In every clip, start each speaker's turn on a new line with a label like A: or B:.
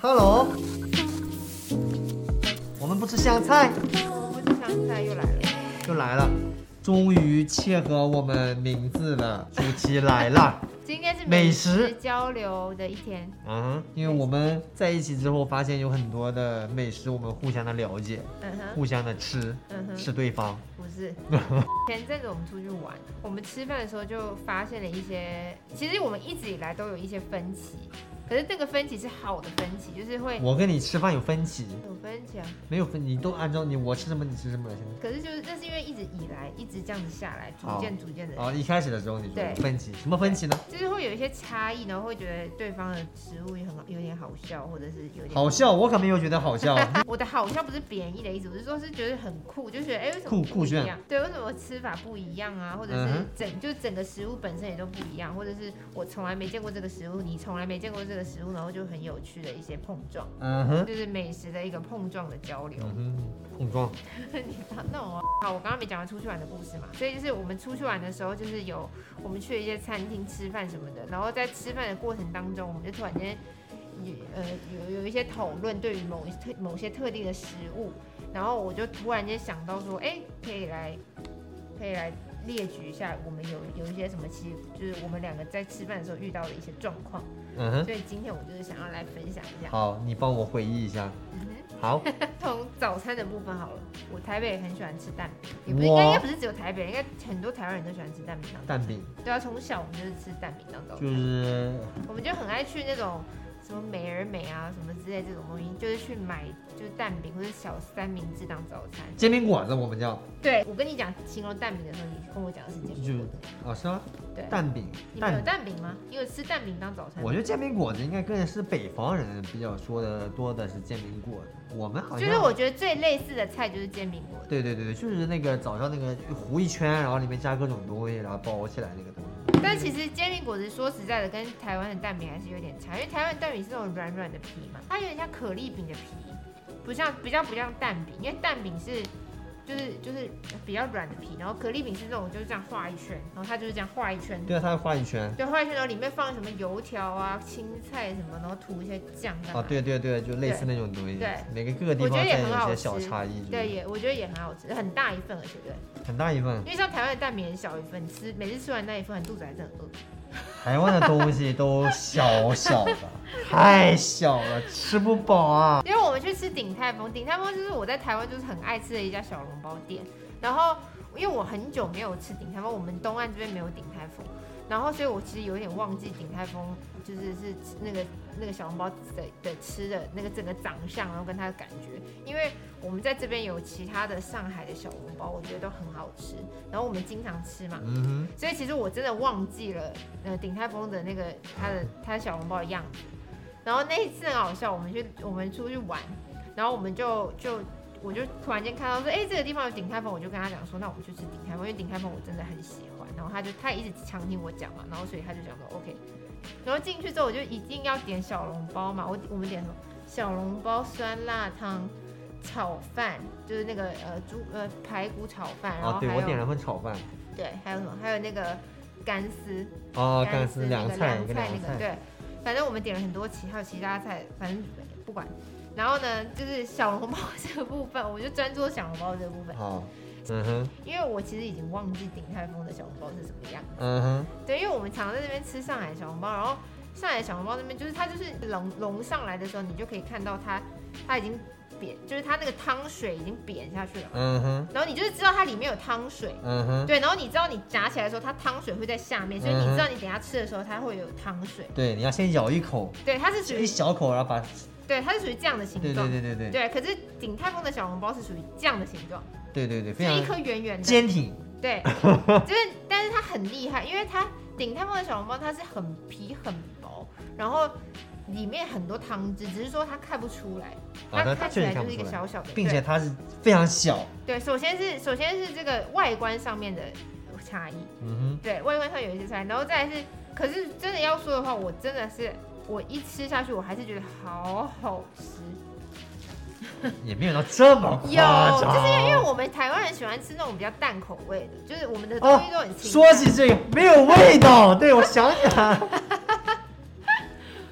A: Hello，我们不吃香菜，
B: 我不吃香菜又来了。
A: 又来了，终于切合我们名字了，主题来 了。
B: 今天是
A: 美
B: 食
A: 食
B: 交流的一天，
A: 嗯哼，因为我们在一起之后，发现有很多的美食，我们互相的了解，
B: 嗯哼，
A: 互相的吃，
B: 嗯哼，
A: 吃对方。
B: 不 是。前阵子我们出去玩，我们吃饭的时候就发现了一些，其实我们一直以来都有一些分歧，可是这个分歧是好的分歧，就是会
A: 我跟你吃饭有分歧，
B: 有分歧啊。
A: 没有分，你都按照你我吃什么你吃什么。现在
B: 可是就是那是因为一直以来一直这样子下来，逐渐逐渐的，
A: 哦，一开始的时候你说
B: 对
A: 分歧，什么分歧呢？
B: 就是会有一些差异，然后会觉得对方的食物也很好，有点好笑，或者是有点
A: 好。笑，我可没有觉得好 笑。
B: 我的好笑不是贬义的意思，我是说是觉得很酷，就觉得哎、为什么
A: 酷
B: 不
A: 酷
B: 一
A: 炫
B: 样？对，为什么吃法不一样啊？或者
A: 嗯
B: 是
A: 哼
B: 整、就整个食物本身也都不一样，或者是我从来没见过这个食物，你从来没见过这个食物，然后就很有趣的一些碰撞，
A: 嗯哼，
B: 就是美食的一个碰撞的交流。
A: 嗯哼，碰撞。
B: 你把那我好，我刚刚没讲完出去玩的故事嘛，所以就是我们出去玩的时候，就是有我们去一些餐厅吃饭什么的，然后在吃饭的过程当中，我们就突然间有呃有有一些讨论对于某一特某些特定的食物，然后我就突然间想到说，哎、可以来可以来列举一下我们有有一些什么其实就是我们两个在吃饭的时候遇到的一些状况，
A: 嗯哼，
B: 所以今天我就是想要来分享一下。
A: 好，你帮我回忆一下。
B: 嗯哼
A: 好，
B: 从早餐的部分好了，我台北也很喜欢吃蛋饼，也不是应
A: 哇
B: 该应该不是只有台北人，应该很多台湾人都喜欢吃蛋饼当早
A: 蛋
B: 餐。
A: 饼
B: 对啊，从小我们就是吃蛋饼当早餐，
A: 就是
B: 我们就很爱去那种什么美而美啊什么之类这种东西，就是去买就是蛋饼或者小三明治当早餐。
A: 煎饼果子，我们叫
B: 对，我跟你讲形容蛋饼的时候，你跟我讲的是煎
A: 就
B: 饼果子。
A: 哦是吗？
B: 对，
A: 蛋饼，
B: 你们有
A: 蛋，
B: 蛋饼吗？你有吃蛋饼当早餐吗？
A: 我觉得煎饼果子应该更是北方人比较说的多的是煎饼果子，我们好像
B: 就是我觉得最类似的菜就是煎饼果子。
A: 对对对对，就是那个早上那个糊一圈，然后里面加各种东西，然后包起来那个东西。
B: 但其实煎饼果子说实在的，跟台湾的蛋饼还是有点差，因为台湾蛋饼是那种软软的皮嘛，它有点像可丽饼的皮，不像比较不像蛋饼，因为蛋饼是就是就是比较软的皮，然后可丽饼是那种就是这样画一圈，然后它就是这样画一圈，
A: 对啊，它会画一圈。
B: 对，画一圈，然后里面放什么油条啊、青菜什么，然后涂一些酱干嘛
A: 啊，对对对，就类似那种东西。
B: 嗯对
A: 每个各个地
B: 我觉
A: 方
B: 得也
A: 再
B: 很
A: 有一
B: 好
A: 些
B: 吃
A: 小差异，
B: 对，
A: 就是
B: 也我觉得也很好吃，很大一份而且对，
A: 很大一份。
B: 因为像台湾的蛋饼很小一份，吃每次吃完那一份，肚子还是很饿。
A: 台湾的东西都小小的，太小了，吃不饱啊。
B: 因为我们去吃鼎泰丰，鼎泰丰就是我在台湾就是很爱吃的一家小笼包店。然后因为我很久没有吃鼎泰丰，我们东岸这边没有鼎泰丰，然后所以我其实有点忘记鼎泰丰就是是那个那个小笼包的的吃的那个整个长相，然后跟它的感觉。因为我们在这边有其他的上海的小笼包，我觉得都很好吃，然后我们经常吃嘛，
A: 嗯
B: 所以其实我真的忘记了，呃，鼎泰丰的那个他的他小笼包的样子。然后那一次很好笑，我们去我们出去玩，然后我们就就我就突然间看到说，哎，这个地方有鼎泰丰，我就跟他讲说，那我们就吃鼎泰丰，因为鼎泰丰我真的很喜欢。然后他就他也一直强听我讲嘛，然后所以他就讲说 OK。然后进去之后我就一定要点小笼包嘛，我我们点什么小笼包酸辣汤。炒饭就是那个呃猪呃排骨炒饭，
A: 哼，
B: 然
A: 啊
B: 后，还
A: 对
B: 有、
A: 我点了份炒饭，
B: 对，还有什么？还有那个干丝，
A: 啊，干
B: 丝
A: 丝
B: 那
A: 两
B: 个
A: 个菜，
B: 凉
A: 一个
B: 菜
A: 凉
B: 那个，
A: 菜，
B: 对，反正我们点了很多其还有其他菜，反正不管。然后呢，就是小笼包这个部分，我就专做小笼包这个部分，
A: 好，嗯哼，
B: 因为我其实已经忘记鼎泰丰的小笼包是什么样。
A: 嗯哼。
B: 对，因为我们常在那边吃上海小笼包，然后上海小笼包那边就是它就是笼笼上来的时候，你就可以看到它它已经扁，就是它那个汤水已经扁下去了嘛，
A: 嗯哼，
B: 然后你就是知道它里面有汤水，
A: 嗯哼，
B: 对，然后你知道你夹起来的时候，它汤水会在下面，所以你
A: 嗯哼
B: 知道你等一下吃的时候它会有汤水。
A: 对，你要先咬一口，
B: 对，它是属
A: 就一
B: 于
A: 小口，然后把，
B: 对，它是属于这样的形
A: 对对
B: 状。
A: 对对对
B: 对，可是鼎泰丰的小笼包是属于这样的形状，
A: 对对对，
B: 是
A: 非
B: 一
A: 常
B: 颗圆圆的。
A: 坚挺，
B: 对，就是，但是它很厉害，因为它鼎泰丰的小笼包它是很皮很薄，然后里面很多汤汁，只是说它看不出来，
A: 啊，
B: 它
A: 它
B: 看
A: 它
B: 起
A: 确
B: 来
A: 实看不
B: 就是一
A: 出
B: 个
A: 来，
B: 小小的。
A: 并且它是非常小，
B: 对对，首先是首先是这个外观上面的差异，
A: 嗯
B: 对外观上有一些菜，然后再来是，可是真的要说的话，我真的是我一吃下去，我还是觉得好好吃。
A: 哼，也没有到这么
B: 有，
A: 夸
B: 就是因为因为
A: 张。
B: 我们台湾人喜欢吃那种比较淡口味的，就是我们的
A: 哦
B: 东西都很清淡。
A: 说起这个没有味道，对我想起来了，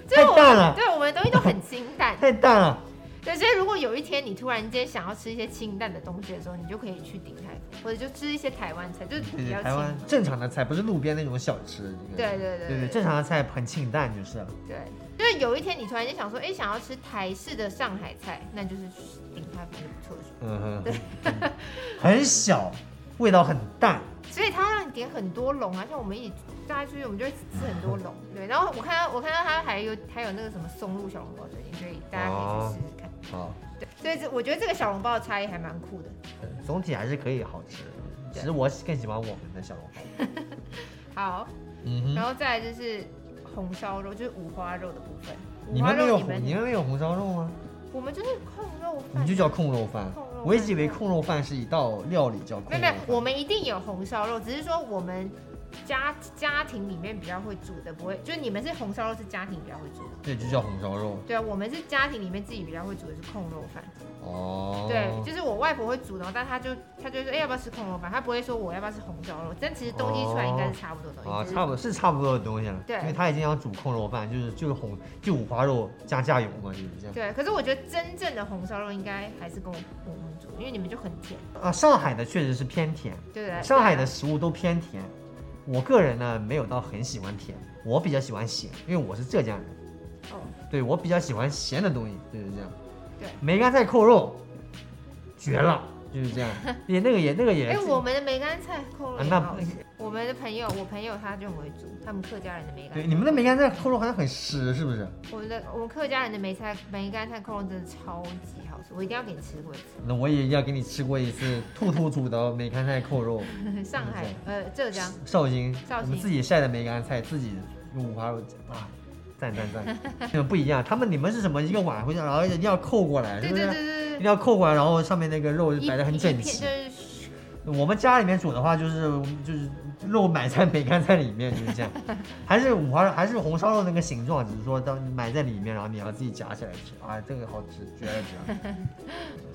B: 就是
A: 太
B: 我
A: 淡了。
B: 对我们们东西都很清淡
A: 太淡 了。
B: 对，所以如果有一天你突然间想要吃一些清淡的东西的时候，你就可以去鼎泰丰，或者就吃一些台湾菜，就是
A: 对
B: 比
A: 对，
B: 较清
A: 台湾
B: 淡。
A: 正常的菜不是路边那种小吃。这个
B: 对对
A: 对
B: 对对
A: 正常的菜很清淡就是了。
B: 对，就是有一天你突然间想说，哎，想要吃台式的上海菜，那就是去鼎泰丰不错的选
A: 嗯哼， 很小，味道很淡。
B: 择。所以他让你点很多笼啊，像我们一起大家出去，我们就会吃很多 笼。对，然后我看到我看到他还有还有那个什么松露小笼包最近，所以大家可以去试试看。
A: 好，
B: 对，所以这我觉得这个小笼包的差异还蛮酷的。
A: 总体还是可以好吃。其
B: 对
A: 实我更喜欢我们的小笼包。
B: 好，
A: 嗯
B: 然
A: 哼，
B: 后再来就是红烧肉，就是五花肉的部分。
A: 你
B: 五花
A: 们没
B: 肉
A: 有
B: 你
A: 红，
B: 们
A: 你们没有红烧肉吗？
B: 我们就是控肉饭，啊
A: 你就叫控肉饭
B: 嗯控肉饭。
A: 我一直以为控肉饭是一道料理叫控
B: 没
A: 肉
B: 有没有
A: 饭。，
B: 我们一定有红烧肉，只是说我们家家庭里面比较会煮的，不会就是你们是红烧肉是家庭比较会煮的，
A: 对，就叫红烧肉。
B: 对啊，我们是家庭里面自己比较会煮的是控肉饭，
A: 哦，
B: 对，就是我外婆会煮，然后但她就她就会说，哎、要不要吃控肉饭？她不会说我要不要吃红烧肉，但其实东西出来应该是差不多的东西，
A: 啊，
B: 只是
A: 差不多是差不多的东西了。
B: 对
A: 因为他已经要煮控肉饭，就是就是红就五花肉加酱油嘛，就是这样。
B: 对，可是我觉得真正的红烧肉应该还是跟我我们煮，因为你们就很甜，
A: 啊，上海的确实是偏甜，
B: 对不对？
A: 上海的食物都偏甜。我个人呢，没有到很喜欢甜，我比较喜欢咸，因为我是浙江人。
B: 哦，
A: 对我比较喜欢咸的东西，就是这样。
B: 对
A: 梅干菜扣肉，绝了，就是 这样。也那个也那个也，
B: 哎、我们的梅干菜控肉
A: 啊
B: 也
A: 那
B: 很好吃我们的朋友，我朋友他就很会煮，他们客家人的梅干菜。
A: 对你们的梅干菜扣肉好像很湿，是不是？
B: 我们的我们客家人的梅菜梅干菜扣肉真的超级好吃，我一定要给你吃过一次。
A: 那我也要给你吃过一次兔兔煮的梅干菜扣 肉。
B: 上海呃浙江，
A: 绍兴，
B: 绍
A: 我
B: 兴
A: 们自己晒的梅干菜，自己用五花肉啊，赞赞赞！ 你们不一样，他们你们是什么一个碗回去，然后一定要扣过来，
B: 呃对
A: 是不
B: 对
A: 是？
B: 对对
A: 一
B: 对
A: 定要扣过来，然后上面那个肉
B: 对，
A: 就摆的很整
B: 一
A: 齐。
B: 片就是
A: 我们家里面煮的话，就是就是肉买在梅干菜里面，就是这 样，还是五花肉，还是红烧肉那个形状，只是说当你买在里面，然后你要自己夹起来吃啊，这个好吃，绝了绝了。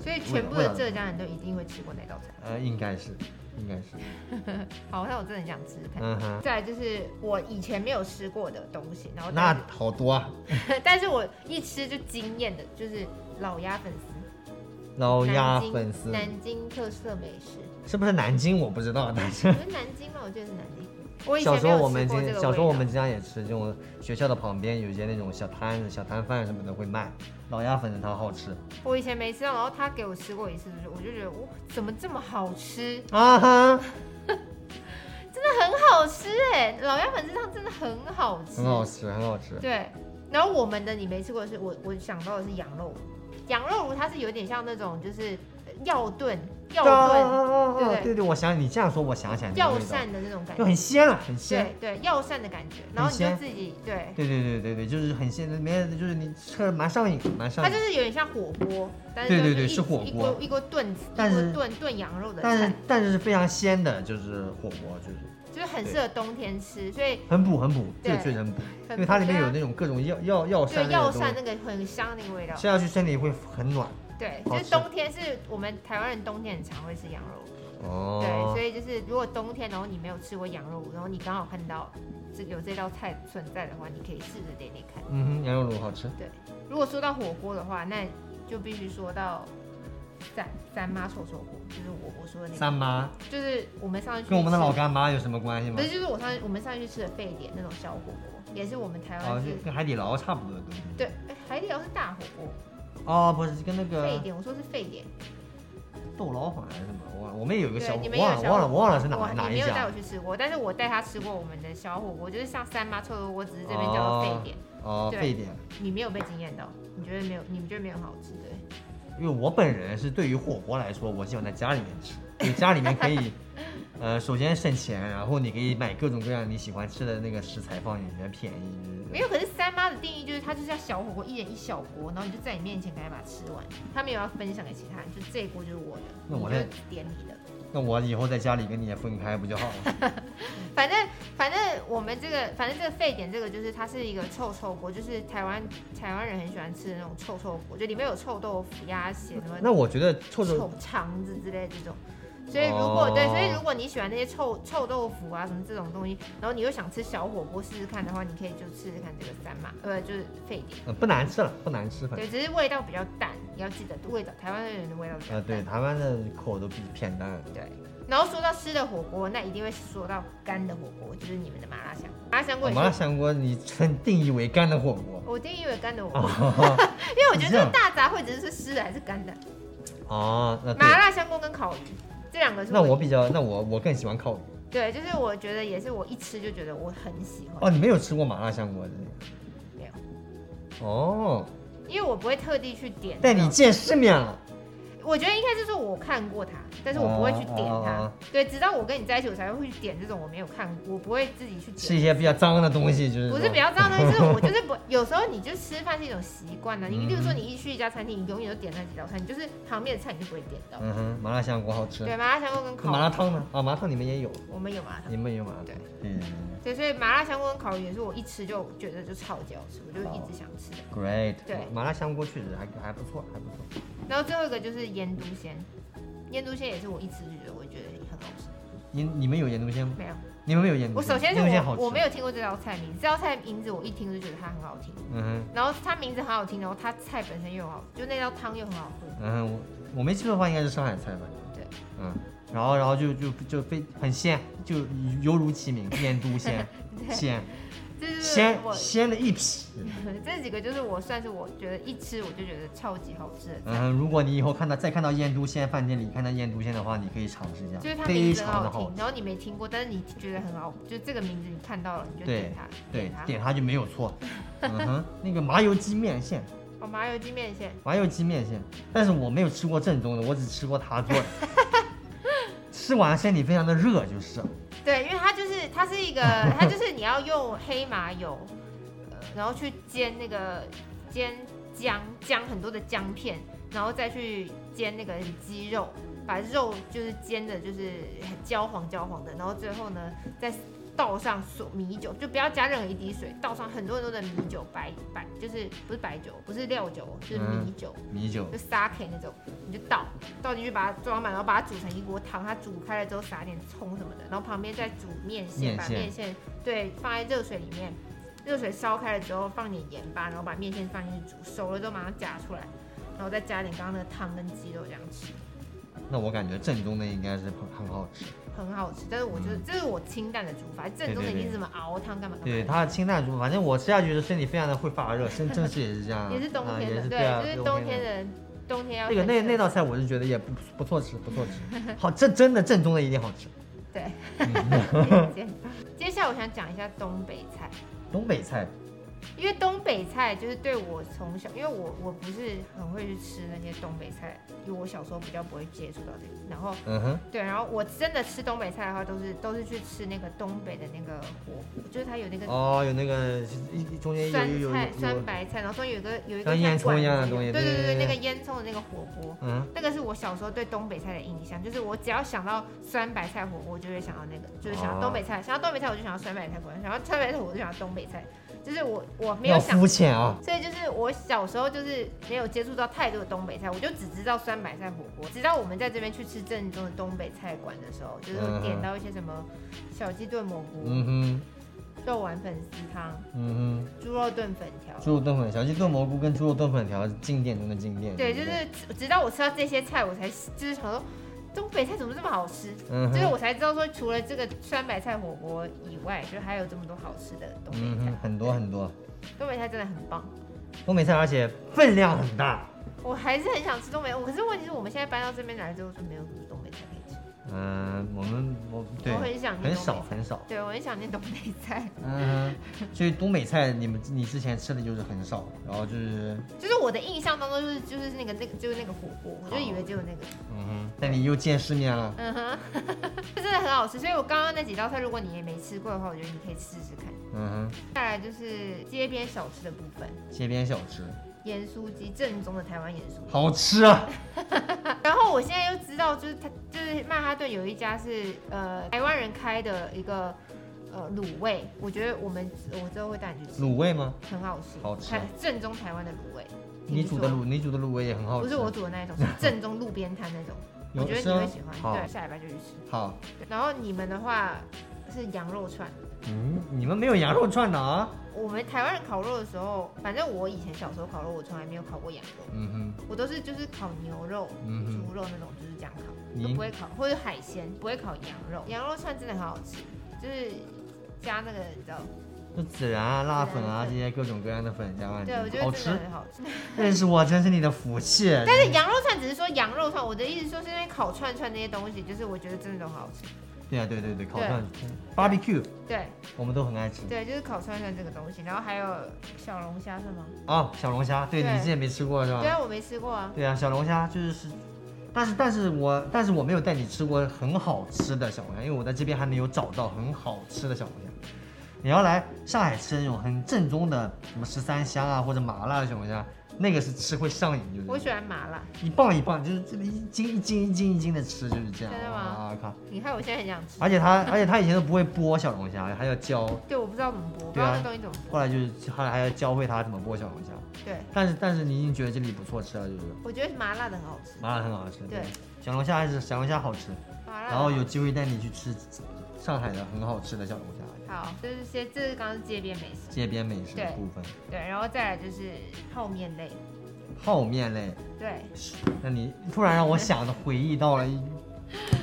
B: 所以全部的浙江人都一定会吃过那道菜。
A: 呃，应该是，应该是，
B: 好，那我真的很想吃吃看。
A: 嗯哼，
B: 再来就是我以前没有吃过的东西，然后
A: 那
B: 但
A: 好多啊，
B: 是 但是我一吃就惊艳的，就是老鸭粉丝，
A: 老鸭
B: 南京
A: 粉丝
B: 南京特色美 食，
A: 是不是南京我不知道，但是
B: 我。觉得南京吧，我记得是南京。我以前
A: 小时
B: 没
A: 候
B: 有
A: 我
B: 吃
A: 们
B: 过这
A: 经
B: 个
A: 小时候我
B: 味道
A: 们经常也吃这种学校的旁边有一些那种小摊子、小摊贩什么的会卖老鸭粉丝汤，好吃
B: 我以前没吃到，然后他给我吃过一次，就是我就觉得哇，怎么这么好吃？
A: 啊哈，
B: 真的很好吃哎，老鸭粉丝汤真的很好吃，
A: 很好吃，很好吃。
B: 对，然后我们的你没吃过的是我我想到的是羊肉炉，羊肉炉它是有点像那种就是呃药炖药
A: 啊
B: 炖
A: 对
B: 对不对
A: 对对，我想你这样说，我想起来那个
B: 药
A: 味道，
B: 膳的那种感
A: 就
B: 觉，
A: 很鲜了，很鲜。
B: 对对药膳的感觉，然后你就
A: 鲜
B: 自己对，
A: 对对对对对，就是很鲜，没就是你吃了蛮上瘾，蛮上
B: 它
A: 瘾
B: 就。是有点像火锅，但是
A: 对
B: 就
A: 对对
B: 一
A: 是火
B: 一
A: 锅
B: 锅一锅炖一
A: 但
B: 锅
A: 是
B: 炖炖羊肉的
A: 但是
B: 菜，
A: 但是是非常鲜的，就是火锅，就是
B: 就是很适合冬天吃，所以
A: 很补很补，这
B: 对
A: 个确实很补，
B: 很
A: 因为它里面
B: 补
A: 有
B: 啊
A: 那种各种药药药
B: 对
A: 膳类
B: 药
A: 的东
B: 膳
A: 西，
B: 那个很香那个味道。
A: 吃下去身体会很暖。
B: 对，
A: 好吃
B: 就是冬天是我们台湾人冬天很常会吃羊肉，
A: 哦，
B: 对，所以就是如果冬天然后你没有吃过羊肉，然后你刚好看到这有这道菜存在的话，你可以试着点点看。
A: 嗯哼，羊肉炉好吃。
B: 如果说到火锅的话，那就必须说到三三妈臭臭锅，就是我我说的那
A: 三
B: 个，
A: 妈
B: 就是我们上次去
A: 跟我们的
B: 吃
A: 老干妈有什么关系吗
B: 不？是，就是我上次我们上次去吃的沸点那种小火锅，也是我们台
A: 哦
B: 湾，是、
A: 就跟海底捞差不多的东西。
B: 对，哎海底捞是大火锅，
A: 哦，不是，跟那
B: 沸
A: 个
B: 点我说是沸点，
A: 豆老坊还是什么，我忘了。我们有一个
B: 对
A: 小，
B: 你们有
A: 忘了
B: 小
A: 忘了忘了是
B: 我
A: 哪
B: 你
A: 哪
B: 没
A: 一
B: 有带我
A: 家。
B: 去吃过，但是我带他吃过我们的小火锅，就是像三妈臭豆腐，我只是这边叫做沸点。
A: 哦，
B: 对
A: 沸点，
B: 你没有被惊艳到，你觉得没有？你们觉得没有很好吃？对，
A: 因为我本人是对于火锅来说，我喜欢在家里面吃，因为家里面可 以，呃，首先省钱，然后你可以买各种各样你喜欢吃的那个食材放进去，便宜。
B: 没有。可是三妈的定义就是它就是要小火锅，一人一小锅，然后你就在你面前赶紧把它吃完，他没有要分享给其他人，就这一锅就是我的，
A: 那我
B: 你就
A: 这
B: 点你的。
A: 那我以后在家里跟你也分开不就好 了？
B: 反正反正我们这个反正这个沸点这个就是它是一个臭臭锅，就是台湾台湾人很喜欢吃的那种臭臭锅，就里面有臭豆腐、鸭血什么
A: 那我觉得臭豆
B: 臭肠子之类的这种。所以如果、对，
A: 哦
B: 所以如果你喜欢那些臭臭豆腐啊什么这种东西，然后你又想吃小火锅试试看的话，你可以就试试看这个三嘛，呃，就是沸点。
A: 呃，不难吃了，不难吃，反正
B: 对，只是味道比较淡，你要记得味道，台湾人的味道比较
A: 呃，对，
B: 淡。
A: 台湾的口都比偏淡。
B: 对。然后说到吃的火锅，那一定会说到干的火锅，就是你们的麻辣香。麻辣香锅
A: 我
B: 也
A: 哦麻辣
B: 是，
A: 香锅，你真定义为干的火锅
B: 我定义为干的火锅，
A: 哦
B: 因为我觉
A: 是这
B: 得
A: 样
B: 这大杂烩只是湿的还是干的。
A: 哦，那对
B: 麻，辣香锅跟烤鱼这两个是
A: 那我比较，那我我更喜欢烤鱼。
B: 对，就是我觉得也是我一吃就觉得我很喜欢，
A: 哦，你没有吃过麻辣香锅的？
B: 没有。
A: 哦，
B: 因为我不会特地去点。
A: 但你，见世面了。
B: 我觉得应该是说我看过它，但是我不会去点它。
A: 哦
B: 对，直到我跟你在一起，我才会去点这种我没有看过，我不会自己去
A: 吃
B: 点。
A: 一些比较脏的东西，就是
B: 不是
A: 说
B: 比较脏的东西，就是我就是不，有时候你就吃饭是一种习惯了。你
A: 嗯
B: 例如说你一去一家餐厅，你永远都点那几道菜，你就是旁边的菜你就不会点到。
A: 嗯哼，麻辣香锅好吃。
B: 对，麻辣香锅跟
A: 麻辣
B: 烤，
A: 烫呢？啊，麻辣烫你们也有，
B: 我们有麻辣烫。
A: 你们也有麻辣烫
B: 对。
A: 嗯
B: 对，所以麻辣香锅跟烤鱼也是我一吃就觉得就超级好吃，我就一直想吃的。
A: 哦，Great。
B: 对
A: 麻辣香锅确实还还不错，还不错。
B: 然后最后一个就是盐都鲜，盐都鲜也是我一吃就觉得我觉得很好吃。
A: 你你们有盐毒鲜吗？
B: 没有，
A: 你们没有盐毒
B: 我
A: 鲜
B: 首
A: 吗？
B: 先是
A: 盐毒鲜好吃。
B: 我我没有听过这道菜名，这道菜名字我一听就觉得它很好听，
A: 嗯哼，
B: 然后它名字很好听，然后它菜本身又好，就那道汤又很好喝。
A: 嗯哼，我我没记错的话，应该是上海菜吧？
B: 对，
A: 嗯。然后，然后就就就非很鲜，就犹如其名， 盐都鲜，
B: 对，
A: 鲜
B: 这就是
A: 鲜
B: 我
A: 鲜的一匹。
B: 这几个就是我算是我觉得一吃我就觉得超级好吃的菜，
A: 嗯，如果你以后看到再看到燕都鲜饭店里看到燕都鲜的话，你可以尝试一下，
B: 就是它名
A: 非
B: 字很
A: 常的
B: 好
A: 好
B: 听，
A: 吃。
B: 然后你没听过，但是你觉得很好，就这个名字你看到了你就点它，
A: 对，
B: 它。
A: 点它就没有 错。嗯哼，那个麻油鸡面线，
B: 哦，麻油鸡面线，
A: 麻油鸡面线，但是我没有吃过正宗的，我只吃过他做 的。吃完身体非常的热，就是
B: 对，因为它就是它是一个，它就是你要用黑麻油，呃，然后去煎那个煎姜姜很多的姜片，然后再去煎那个鸡肉，把肉就是煎的就是很焦黄焦黄的，然后最后呢再倒上所米酒，就不要加任何一滴水，倒上很多很多的米酒白白就是不是白酒，不是料酒，就是米酒。
A: 米酒
B: 就 sake 那种，你就倒倒进去，把它装满，然后把它煮成一锅汤。它煮开了之后撒点葱什么的，然后旁边再煮面线，
A: 面
B: 把
A: 线
B: 面线对放在热水里面，热水烧开了之后放点盐巴，然后把面线放进去煮熟了之后马上夹出来，然后再加点刚刚那个汤跟鸡肉这样吃，
A: 那我感觉正宗的应该是很很好吃。
B: 很好吃。但是我觉得、这是我清淡的煮法，正宗
A: 嗯
B: 的
A: 对对对
B: 一定是什么熬汤干嘛干嘛
A: 对，
B: 的。，
A: 它的清淡煮，反正我吃下去的身体非常的会发热，真真是也是这样
B: 也是冬
A: 啊
B: 天
A: 也
B: 的，
A: 是
B: 对，
A: 啊，
B: 就是
A: 冬
B: 冬天。的冬天要
A: 那个那
B: 很
A: 那道菜，我是觉得也不不错吃，不错吃，好，这真的正宗的一定好吃。
B: 对
A: 嗯
B: 接下来我想讲一下东北菜。
A: 东北菜，
B: 因为东北菜就是对我从小，因为我我不是很会去吃那些东北菜，因为我小时候比较不会接触到这个。然后
A: 嗯哼，
B: 对，然后我真的吃东北菜的话，都是都是去吃那个东北的那个火锅，就是它有那个
A: 哦，有那个一中间有
B: 酸
A: 有有
B: 菜、
A: 有
B: 酸
A: 有，
B: 白菜，然后中间有一个有一个
A: 像烟囱一样的东西
B: 对对
A: 对对
B: 对，
A: 对
B: 那个烟囱的那个火锅。
A: 嗯，
B: 那个是我小时候对东北菜的印象，就是我只要想到酸白菜火锅，我就会想到那个，就是想到东北菜，想到东北菜我就想到酸白菜火锅，想到酸白菜火锅就想到东北菜，就是我我没有
A: 要
B: 想
A: 肤浅啊，
B: 所以就是我小时候就是没有接触到太多的东北菜，我就只知道酸白菜火锅。直到我们在这边去吃正宗的东北菜馆的时候，就是会点到一些什么小鸡炖蘑菇、
A: 嗯哼，
B: 肉丸粉丝汤、
A: 嗯哼。
B: 猪肉炖粉条。
A: 猪肉炖粉条，小鸡炖蘑菇跟猪肉炖粉条是经典中的经典。
B: 对，就是直到我吃到这些菜，我才就是想说东北菜怎么这么好吃。
A: 嗯
B: 就是
A: 哼，
B: 我才知道说，除了这个酸白菜火锅以外，就还有这么多好吃的东
A: 嗯
B: 北菜
A: 哼，。很多很多
B: 东北菜真的很棒，
A: 东北菜，而且分量很大。
B: 我还是很想吃东北。可是问题是我们现在搬到这边来之后，就没有什么东北菜可以吃。
A: 嗯，我们我对
B: 我很想
A: 很
B: 念东北
A: 少
B: 菜
A: 很少。
B: 对，我很想念东北菜，
A: 嗯哼，所以东北菜你们你之前吃的就是很少，然后就是
B: 就是我的印象当中就是就是那个那个就是那个火锅，我就以为只有那个，
A: 嗯哼，但你又见世面了。
B: 嗯哼， 这真的很好吃。所以我刚刚那几道菜，如果你也没吃过的话，我觉得你可以试试看。
A: 嗯
B: 再来就是街边小吃的部分，
A: 哼，街边小吃
B: 盐酥鸡，正宗的台湾盐酥鸡。
A: 好吃啊。
B: 然后我现在又知道，就是它就是曼哈顿有一家是呃台湾人开的一个呃卤味，我觉得我们我之后会带你去吃，
A: 卤味吗？
B: 很好吃，
A: 嗯好吃
B: 台正宗台湾的卤味。
A: 你煮的
B: 听说
A: 卤你煮的卤味也很好吃。
B: 不是我煮的那一种，是正宗路边摊那种。我
A: 有
B: 觉得
A: 是
B: 你
A: 吗
B: 会喜欢。
A: 好
B: 对，下礼拜就去吃。
A: 好，
B: 然后你们的话是羊肉串，
A: 嗯，你们没有羊肉串的啊？
B: 我们台湾人烤肉的时候，反正我以前小时候烤肉，我从来没有烤过羊肉，
A: 嗯
B: 我都是就是烤牛肉、
A: 嗯哼
B: 猪肉那种，就是这样烤，
A: 你
B: 都不会烤，或者海鲜不会烤羊肉。羊肉串真的很好吃，就是加那个你知道，
A: 哼，就孜然啊、辣粉啊
B: 孜然
A: 这些各种各样的粉加上去
B: 对我觉，
A: 嗯好
B: 得真的
A: 吃。
B: 很好吃。
A: 认识我真是你的福气。
B: 但是羊肉串只是说羊肉串，我的意思说是因为烤串串那些东西，就是我觉得真的都很好吃。
A: 对啊，对对对，烤串、barbecue
B: 对
A: 我们都很爱吃
B: 对，就是烤串串这个东西，然后还有小龙虾是吗？
A: 啊。小龙虾，对
B: 对
A: 你之前没吃过是吧
B: 对？啊，我没吃过啊。
A: 对啊，小龙虾就是是，但是但是我但是我没有带你吃过很好吃的小龙虾，因为我在这边还没有找到很好吃的小龙虾。你要来上海吃那种很正宗的什么十三香啊或者麻辣的小龙虾，那个是吃会上瘾，就是
B: 我喜欢麻辣，
A: 一磅一磅，就是这个一斤一斤一斤一斤的吃，就是这样。啊
B: 真的吗
A: 哇靠！
B: 你看我现在很想吃，
A: 而且他而且他以前都不会剥小龙虾，还要教，
B: 对，我不知道怎么播，不知
A: 对
B: 道
A: 啊
B: 那东西怎么播。
A: 后来就是后来还要教会他怎么剥小龙虾。
B: 对，
A: 但是但是你已经觉得这里不错吃了，就是
B: 我觉得麻辣的很好吃，
A: 麻辣很好吃。
B: 对，
A: 小龙虾还是小龙虾好吃。
B: 麻辣的
A: 然后有机会带你去吃上海的很好吃的小龙虾，
B: 好，就是些这是刚刚是街边美食，
A: 街边美食的部分。
B: 对，然后再来就是泡面类，
A: 泡面类，
B: 对，
A: 那你突然让我想的回忆到了一，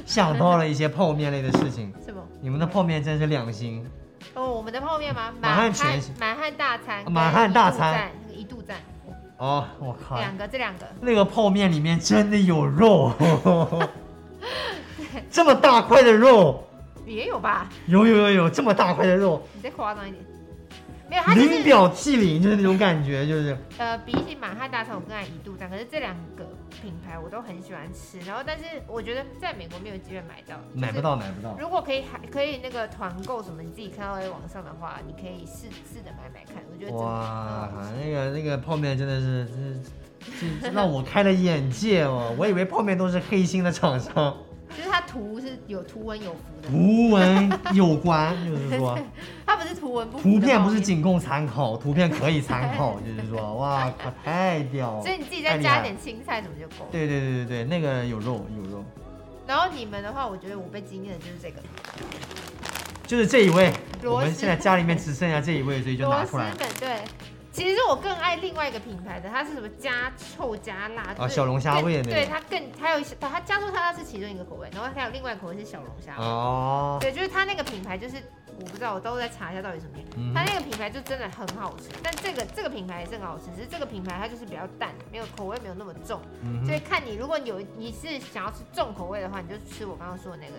A: 想到了一些泡面类的事情。
B: 什么？
A: 你们的泡面真是两星，
B: 哦，我们的泡面吗？
A: 满汉全席啊
B: 满汉大餐，
A: 满汉大餐，
B: 那个一度赞，
A: 哦，我靠，
B: 两个这两个，
A: 那个泡面里面真的有肉，这么大块的肉，
B: 也有吧？
A: 有有有有这么大块的肉，
B: 你再夸张一点，没有，它就
A: 零
B: 是
A: 表涕零，就是那种感觉，就是
B: 呃，比起满汉大餐，我更爱一度赞，可是这两个品牌我都很喜欢吃，然后但是我觉得在美国没有机会买到，就是
A: 买不到买不到。
B: 如果可以还可以那个团购什么，你自己看到在网上的话，你可以试试着买买看。我觉得真的
A: 哇
B: 很好，吃
A: 那个那个泡面真的是，这这让我开了眼界哦！我以为泡面都是黑心的厂商，
B: 就是它图是有图文有符的，
A: 图文有关，就是 说
B: 它不是图文不符的
A: 图片
B: 泡
A: 不是仅供参考，图片可以参考，就是说，哇靠，太屌了
B: 所！以你自己再加一点青菜什么就够了。
A: 对对对对对，那个有肉有肉，
B: 然后你们的话，我觉得我被惊艳的就是这个
A: 就是这一位，
B: 螺
A: 我们
B: 蛳
A: 现在家里面只剩下这一位，所以就
B: 螺
A: 拿
B: 蛳
A: 出来
B: 粉，对。其实我更爱另外一个品牌的，它是什么加臭加辣就是
A: 啊小龙虾味的那
B: 更
A: 个
B: 对它更它有它加臭加辣是其中一个口味，然后还有另外一个口味是小龙虾味。
A: 哦。
B: 对，就是它那个品牌，就是我不知道，我到时候再查一下到底什么品牌。
A: 嗯
B: 它那个品牌就真的很好吃，但这个这个品牌也是很好吃，只是这个品牌它就是比较淡，没有口味没有那么重，
A: 嗯
B: 所
A: 哼
B: 以看你，如果有你是想要吃重口味的话，你就吃我刚刚说的那个；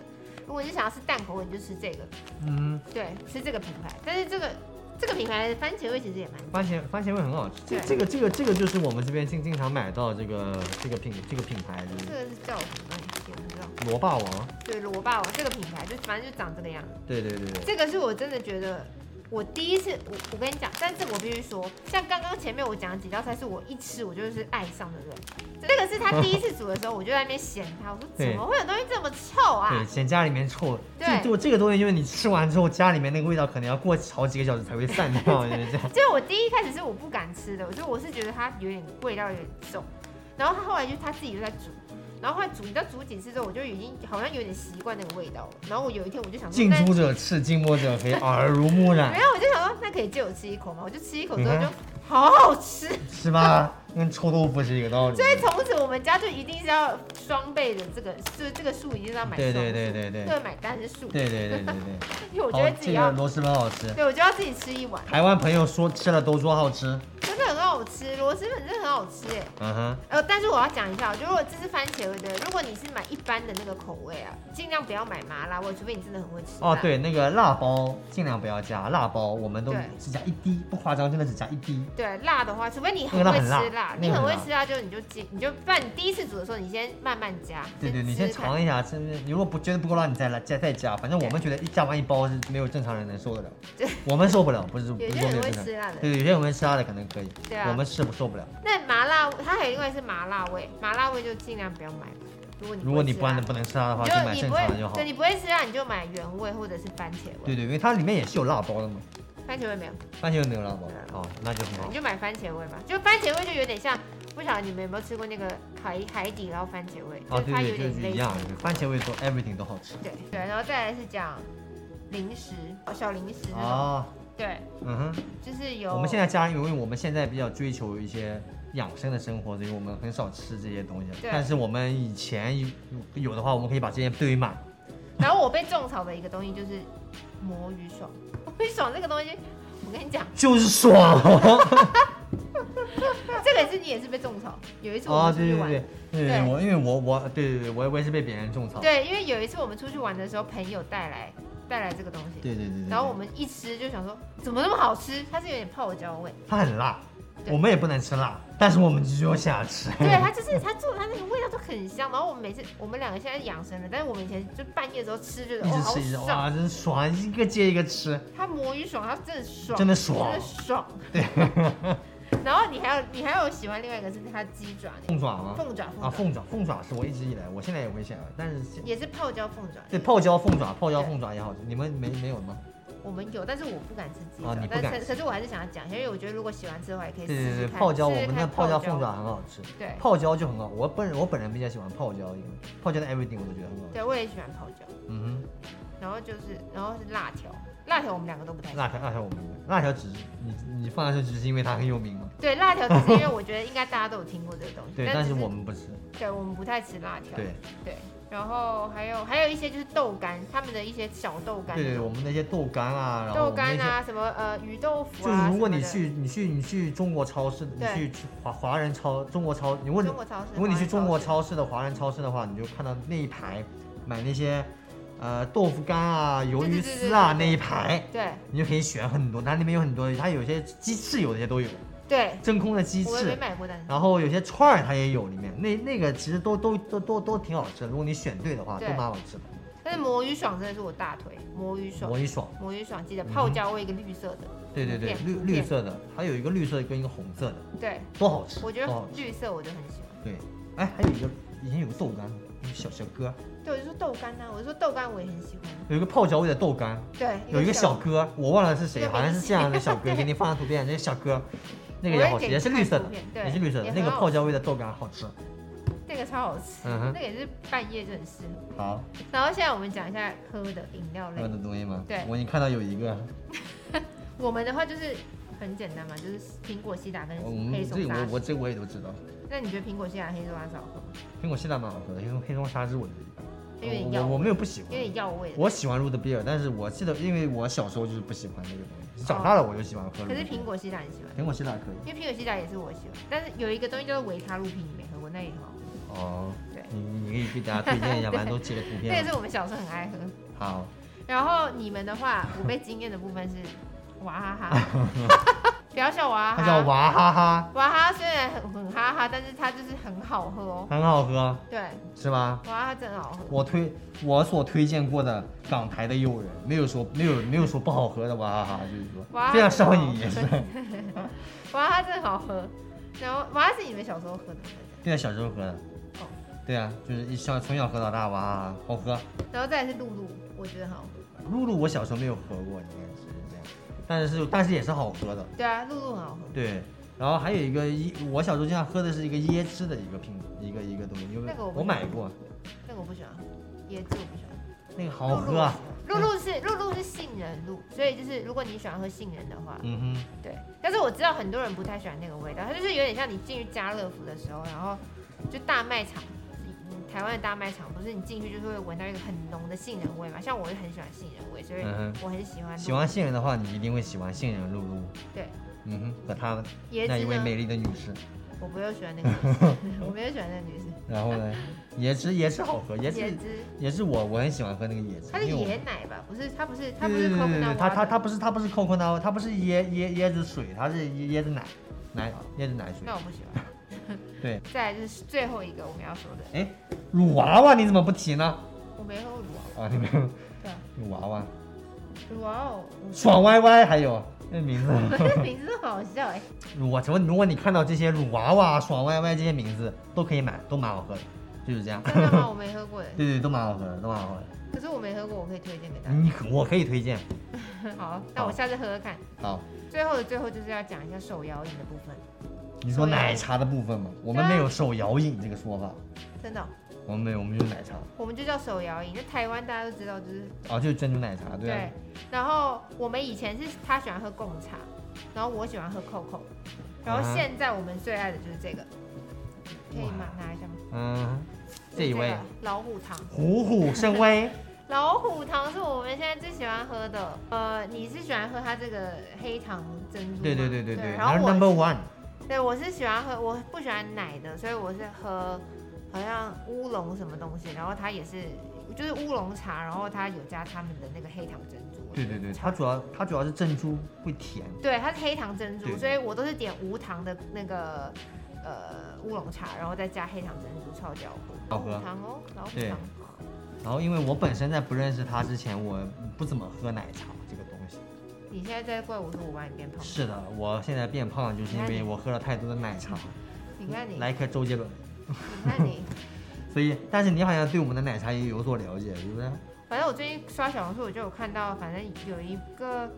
B: 如果你是想要吃淡口味，你就吃这个，
A: 嗯
B: 对，吃这个品牌。但是这个这个品牌的番茄味其实也蛮
A: 哼，番茄番茄味很好吃，这
B: 对
A: 这个这个这个就是我们这边经经常买到这个这个品这个品牌，就是
B: 这个是叫什么东西？我不知道。
A: 罗霸王，
B: 对，罗霸王这个品牌就反正就长这个样子。
A: 对对对对，
B: 这个是我真的觉得，我第一次，我我跟你讲，但是我必须说，像刚刚前面我讲的几道菜，是我一吃我就是爱上的人。这个是他第一次煮的时候，我就在那边嫌他，我说
A: 对
B: 怎么会有东西这么臭啊
A: 对，？嫌家里面臭，
B: 对
A: 这就这个东西，就是你吃完之后，家里面那个味道可能要过好几个小时才会散 掉，就是这样。
B: 就是我第一开始是我不敢吃的，我就我是觉得它有点味道有点重，然后他后来就他自己就在煮。然后后来煮，你知道煮几次之后，我就已经好像有点习惯那个味道了。然后我有一天我就想说，
A: 近
B: 那
A: 朱者赤，近墨者黑，耳濡目染
B: 没，有，我就想说，那可以借我吃一口吗？我就吃一口之后
A: 你
B: 就
A: 看
B: 好好吃，
A: 是吧？跟臭豆腐是一个道理。
B: 所以从此我们家就一定是要双倍的这个，就是这个数一定是要买
A: 对
B: 双数，
A: 对对对对
B: 对买单是数，
A: 对对对对对，
B: 因为我觉
A: 好
B: 得，自
A: 这
B: 己
A: 个
B: 要，
A: 螺蛳粉好吃，
B: 对我就要自己吃一碗，
A: 台湾朋友说吃了都说好吃，
B: 真的很好吃，螺蛳粉真的很好吃哎。
A: 嗯哼，
B: 呃，但是我要讲一下，就如果这是番茄味的，如果你是买一般的那个口味啊，尽量不要买麻辣味，除非你真的很会吃。
A: 哦，对，那个辣包尽量不要加，辣包我们都
B: 对
A: 只加一滴，不夸张，真的只加一滴。
B: 对，辣的话，除非你
A: 那个辣
B: 很会
A: 很
B: 吃
A: 辣
B: 辣，
A: 那
B: 你
A: 个
B: 很
A: 很
B: 会
A: 辣
B: 吃辣就你就进，你就不然你第一次煮的时候，你先慢慢加，
A: 对对，你先
B: 吃吃看
A: 尝一下，真的，你如果不觉得不够辣，你再来再再加。反正我们觉得一加完一包是没有正常人能受得了
B: 对，
A: 我们受不了，不是不
B: 有
A: 是
B: 些
A: 说没
B: 人
A: 有
B: 会
A: 正常
B: 吃
A: 人。
B: 辣的，
A: 对，有些人会吃辣的可能可以，
B: 对啊
A: 我们是不受不了。
B: 那麻辣，它还有另外是麻辣味，麻辣味就尽量不要买。如果你
A: 如果你
B: 会
A: 不
B: 吃辣
A: 能不能吃辣的话，
B: 你
A: 就
B: 就
A: 买
B: 你
A: 正
B: 不
A: 常的就
B: 会，
A: 好
B: 对。你不会吃辣，你就买原味或者是番茄味。
A: 对对，因为它里面也是有辣包的嘛，
B: 番茄味没有，
A: 番茄有没有辣包
B: 对啊？
A: 哦，那就很好
B: 你。就买番茄味吧。就番茄味就有点像不晓得你们有没有吃过那个海海底捞番茄味，
A: 哦，
B: 就是
A: 对
B: 它有
A: 对，就
B: 点
A: 是
B: 类
A: 一
B: 似
A: 样，对番茄味做 everything 都好吃。
B: 对对，然后再来是讲零食，小零食那种，
A: 哦，
B: 对，
A: 嗯哼，
B: 就是有。
A: 我们现在家，因为我们现在比较追求一些养生的生活，所以我们很少吃这些东西。
B: 对
A: 但是我们以前有有的话，我们可以把这些堆满。
B: 然后我被种草的一个东西就是魔芋爽， 魔芋爽这个东西，我跟你讲，
A: 就是爽
B: 这个是你也是被种草。有一次我
A: 哦，
B: 们出
A: 对
B: 去
A: 对
B: 玩，
A: 对对对，
B: 对
A: 我因为我我对对对，我我也是被别人种草。
B: 对因为有一次我们出去玩的时候，朋友带来带来这个东西，
A: 对对对对。
B: 然后我们一吃就想说怎么那么好吃，它是有点泡椒味，
A: 它很辣，
B: 对
A: 我们也不能吃辣，但是我们就想吃。
B: 对，它就是它做的它那个味道都很香。然后我们每次我们两个现在养生了，但是我们以前就半夜的时候吃就是
A: 一
B: 哦
A: 直
B: 好
A: 吃一直
B: 爽，
A: 哇，真爽，一个接一个吃，
B: 它魔芋爽它真的爽，
A: 真的爽
B: 真的爽。对。 然后你还有你还有喜欢另外一个是它鸡爪那个
A: 凤爪吗？
B: 凤爪，
A: 啊，
B: 凤爪。
A: 凤爪，凤爪是我一直以来，我现在也会想，但是现
B: 也是泡椒凤爪。
A: 对泡椒凤爪，泡椒凤爪也好吃，你们没没有吗？
B: 我们有，但是我不敢吃鸡爪。
A: 啊你不
B: 但
A: 敢
B: 是可是我还是想要讲一下，因为我觉得如果喜欢吃的话，也可以
A: 对
B: 试
A: 对
B: 试
A: 对，
B: 看。
A: 泡椒我
B: 试试
A: 们
B: 看
A: 那
B: 泡
A: 泡椒凤爪。很好吃，
B: 对
A: 泡椒就很好，我本人我本人比较喜欢泡椒，因为泡椒的 everything 我都觉得很好吃。
B: 对，我也喜欢泡椒。
A: 嗯
B: 然后就是，然后是辣条，辣条我们两个都不太
A: 哼，
B: 喜欢。
A: 辣条辣条我们辣条只是你你放在这只是因为它很有名嘛，
B: 对，辣条只是因为我觉得应该大家都有听过这个东西。
A: 对，
B: 但
A: 但是
B: 只
A: 我们不吃，
B: 对我们不太吃辣条。
A: 对
B: 对然后还有还有一些就是豆干，他们的一些小豆干
A: 对
B: 那
A: 对，我
B: 种。
A: 们那些豆干啊，然后
B: 豆
A: 我们那
B: 干
A: 些
B: 啊，什么呃鱼豆腐
A: 就
B: 啊。
A: 是如果你
B: 什么
A: 去你去你去中国超市，你
B: 对
A: 去华华人超中国超，你问
B: 的中国超市，
A: 如果你去中
B: 华
A: 国
B: 人市，
A: 超市的华人超市的话，你就看到那一排买那些呃豆腐干啊、鱿鱼丝啊
B: 对对对对对
A: 那一排，
B: 对
A: 你就可以选很多，它里面有很多，它有些鸡翅有些都有，
B: 对，
A: 真空的鸡
B: 我也没
A: 翅，
B: 买过，但是
A: 然后有些串儿它也有里面，那那个其实都都都都都挺好吃的，如果你选对的话，都
B: 对
A: 蛮好吃的，
B: 但是魔芋爽真的是我大腿，魔芋爽
A: 魔，芋爽，
B: 魔芋爽记得
A: 嗯
B: 泡椒味一个绿色的，
A: 对对对，
B: 对
A: 绿绿色的，还有一个绿色的跟一个红色的，
B: 对
A: 都好吃，
B: 我觉
A: 都好
B: 得
A: 吃。
B: 绿色我就很喜欢。
A: 对，哎，还有一个以前有个豆干，有个小小哥，
B: 对，我就说豆干啊呐、我就说豆干我也很喜欢。
A: 有一个泡椒味的豆干，
B: 对，
A: 有一个小哥，我忘了是
B: 一
A: 谁，
B: 个
A: 好像是这样的小哥，给你放上图片，那个小哥，那个也好吃，
B: 我也给你
A: 也是绿色的
B: 看图片，对
A: 也是绿色的，
B: 也
A: 那
B: 很
A: 个
B: 好
A: 泡椒味的豆干好吃。
B: 那个超好吃，
A: 嗯哼
B: 那个也是半夜就很适合。
A: 好，
B: 然后现在我们讲一下喝的饮料
A: 喝
B: 类，
A: 的东西吗？
B: 对
A: 我已经看到有一个，
B: 我们的话就是很简单嘛，就是苹果西打跟
A: 哦我
B: 嗯黑
A: 们
B: 松
A: 这
B: 沙
A: 我
B: 士。
A: 我这我也都知道，
B: 那你觉得苹果西打黑松沙士好喝吗？
A: 苹果西兰蛮好喝的，黑松黑松沙汁我觉得
B: 有
A: 一
B: 点
A: 般，
B: 药
A: 我我我
B: 味，
A: 没有不喜
B: 有
A: 欢，
B: 点药味的。
A: 我喜欢 root beer，但是我记得因为我小时候就是不喜欢这个东西，长大了我就喜欢喝 root beer。
B: 可是苹果西打很喜欢，
A: 苹果西兰可以。
B: 因为苹果西打也是我喜欢。但是有一个东西叫做维他露啤，你没喝过，那也很好喝。
A: 哦，
B: 对
A: 你你可以给大家推荐一下，
B: 对
A: 反正都截个图
B: 那
A: 片
B: 个
A: 嘛。
B: 是我们小时候很爱喝。
A: 好，
B: 然后你们的话，我被惊艳的部分 是娃哈哈，不要笑娃哈
A: 它
B: 哈。
A: 叫娃哈哈，
B: 娃哈哈虽然很很哈哈，但是它就是很好喝哦。
A: 很好喝，
B: 对，
A: 是吧？
B: 娃哈哈真的好喝。
A: 我推我所推荐过的港台的友人，没有说没有没有说不好喝的娃哈哈，就是
B: 娃
A: 说
B: 哈哈
A: 非常上瘾也是。
B: 娃哈哈真的好喝。然后娃哈哈是你们小时候喝的吗，
A: 对啊，小时候喝的
B: 哦。
A: 对啊，就是一小从小喝到大，娃哈哈好喝。
B: 然后再来是露露，我觉得很好喝。
A: 露露我小时候没有喝过，应该是这样，但是但是也是好喝的。
B: 对啊，露露很好喝。
A: 对，然后还有一个椰，我小时候经常喝的是一个椰汁的一个瓶一个一个东西，因为
B: 那个我不
A: 我买过，
B: 那个我不喜欢，椰汁我不喜欢。
A: 那个好喝啊。
B: 露露我喜欢。露露是露露是杏仁露，所以就是如果你喜欢喝杏仁的话，
A: 嗯哼。
B: 对，但是我知道很多人不太喜欢那个味道，它就是有点像你进去家乐福的时候，然后就大卖场，嗯台湾的大卖场不是你进去就是会闻到一个很浓的杏仁味嘛？像我就很喜欢杏仁味，所以
A: 嗯哼
B: 我很喜欢
A: 喜欢杏仁的话，你一定会喜欢杏仁露露。
B: 对，
A: 嗯哼，和她
B: 椰
A: 那一
B: 子
A: 位
B: 呢，
A: 美丽的女士。
B: 我不又喜欢那个 女生，我没有喜欢那个女生，
A: 然后 呢，椰汁椰汁好喝，椰
B: 椰
A: 汁
B: 汁，
A: 椰汁我我很喜欢喝那个椰汁，
B: 它是
A: 因为我
B: 椰奶吧？不是，它不是，它
A: 对
B: 不
A: 对
B: 是
A: 对
B: c o
A: 对
B: c
A: 对，它它它不是它不是 coconut，它不是椰椰椰子水，它是椰椰子奶奶椰子奶水
B: 那。我不喜欢。
A: 对，
B: 再来就是最后一个我们要说的，
A: 哎，乳娃娃你怎么不提呢？
B: 我没喝过乳酪，
A: 啊，你没有
B: 对啊，
A: 乳娃娃，
B: 乳酪， 我
A: 爽歪歪还有那名字。
B: 这名字都好笑哎、
A: 我请问，如果你看到这些乳娃娃、爽歪歪这些名字，都可以买，都蛮好喝的，就是这 样。
B: 真的吗？我没喝过哎、
A: 对对，都蛮好喝的，都蛮好喝的。
B: 可是我没喝过，我可以推荐给大
A: 你可我可以推荐。嗯
B: 家。好，那我下次喝喝看。
A: 好，
B: 最后的最后就是要讲一下手摇饮的部分。
A: 你说奶茶的部分
B: 啊
A: 嘛，我们没有手摇饮这个说法，
B: 真的哦、
A: 我们没有，我们就是奶茶
B: 我们就叫手摇饮。那台湾大家都知道，就是
A: 啊，就是珍珠奶茶，对啊，
B: 然后我们以前是他喜欢喝贡茶，然后我喜欢喝 COCO，然后
A: 啊
B: 现在我们最爱的就是这个，可以
A: 哇
B: 吗？拿一下吗？
A: 嗯，这一位
B: 个老虎糖，
A: 虎虎生威，
B: 老虎糖是我们现在最喜欢喝的。呃，你是喜欢喝它这个黑糖珍珠吗？
A: 对对对对
B: 对。
A: 对，
B: 然后
A: 后
B: 我
A: number one，
B: 对，我是喜欢喝，我不喜欢奶的，所以我是喝好像乌龙什么东西，然后它也是就是乌龙茶，然后它有加他们的那个黑糖珍珠。
A: 对对对，它主要它主要是珍珠会甜，
B: 对，它是黑糖珍珠，
A: 对
B: 所以我都是点无糖的那个呃乌龙茶，然后再加黑糖珍珠，超级好喝。
A: 好喝
B: 老虎糖哦，老虎
A: 对
B: 糖。
A: 然后因为我本身在不认识他之前，我不怎么喝奶茶这个东西。
B: 你现在在怪我说我把你变胖，
A: 是的，我现在变胖就是因为我喝了太多的奶茶，
B: 你看你，
A: 来一颗周杰伦。
B: 你看你。
A: 所以，但是你好像对我们的奶茶也有所了解，对不对？
B: 反正我最近刷小红书，我就有看到，反正有一个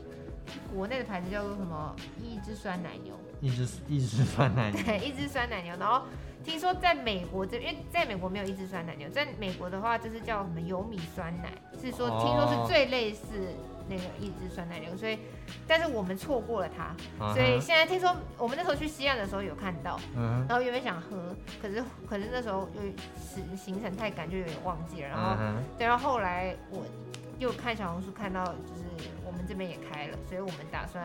B: 国内的牌子叫做什么一只酸奶牛，
A: 一直一直酸奶茶。
B: 对，一只酸奶牛。然后听说在美国这，因为在美国没有一只酸奶牛，在美国的话就是叫什么油米酸奶，是说
A: 哦
B: 听说是最类似那个一只酸奶牛，所以但是我们错过了它，
A: 啊哈
B: 所以现在听说我们那时候去西岸的时候有看到。
A: 嗯哼，
B: 然后原本想喝，可是可是那时候又行行程太赶，就有点忘记了。然后
A: 嗯哼，
B: 对，然后后来我又看小红书看到，就是我们这边也开了，所以我们打算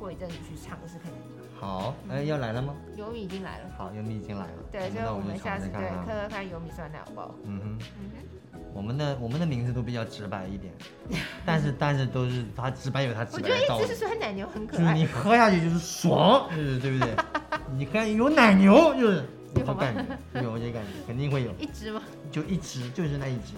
B: 过一阵子去尝试看看。
A: 好，哎，要来了吗？
B: 油米已经来了，
A: 好，优米已经来了。
B: 对，所以
A: 嗯那
B: 我
A: 我
B: 们
A: 就
B: 下
A: 尝
B: 次
A: 试看啊
B: 对
A: 看。
B: 喝喝看油米酸奶好不好？
A: 嗯
B: 嗯哼，
A: 哼，我们的我们的名字都比较直白一 点，但是但是都是它直白有它
B: 我
A: 直
B: 觉
A: 白
B: 得
A: 的道
B: 一
A: 理
B: 只，酸奶牛很
A: 就
B: 可
A: 是
B: 爱
A: 你。喝下去就是爽，就是对不 对？你喝有奶牛就是有
B: 有
A: 种
B: 吗
A: 感觉，有这感觉肯定会有，
B: 一只吗？
A: 就一直就是那一直。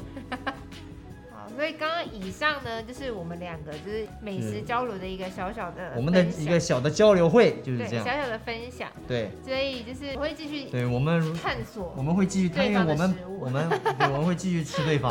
B: 好，所以刚刚以上呢，就是我们两个就是美食
A: 是
B: 交流的一个小小的
A: 我们的
B: 分
A: 一
B: 享
A: 个小的交流会就是
B: 对
A: 这
B: 小
A: 样，
B: 小的分享，
A: 对
B: 所以就是我会继续
A: 对，我们
B: 探索
A: 我。们会继续，
B: 对
A: 因为
B: 方的
A: 我们
B: 食物
A: 我们对我们会继续吃对方，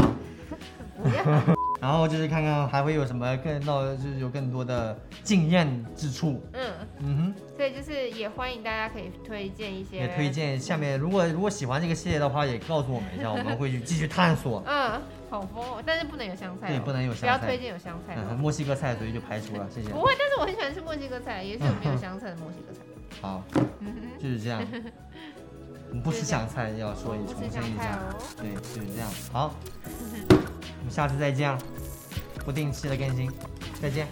A: 然后就是看看还会有什么更到就是有更多的经验之处，
B: 嗯，
A: 嗯
B: 所以就是也欢迎大家可以推荐一
A: 哼，
B: 些
A: 也推荐下面如果如果喜欢这个系列的话，也告诉我们一 下，我们会去继续探索。
B: 嗯，好疯哦！但是不能有香菜、哦，
A: 对不能有香菜
B: 不要推荐有香菜、
A: 嗯啊哼，
B: 哦。
A: 墨西哥菜所以就排除了，谢谢。
B: 不会，但是我很喜欢吃墨西哥菜，也是有没有香菜的墨西哥菜。
A: 好，
B: 嗯哼，
A: 就是这样。我们不吃香菜，要说一
B: 不
A: 重
B: 吃香
A: 申一
B: 菜
A: 下。
B: 哦。
A: 对，就是这 样。好，我们下次再见了，不定期的更新，再见。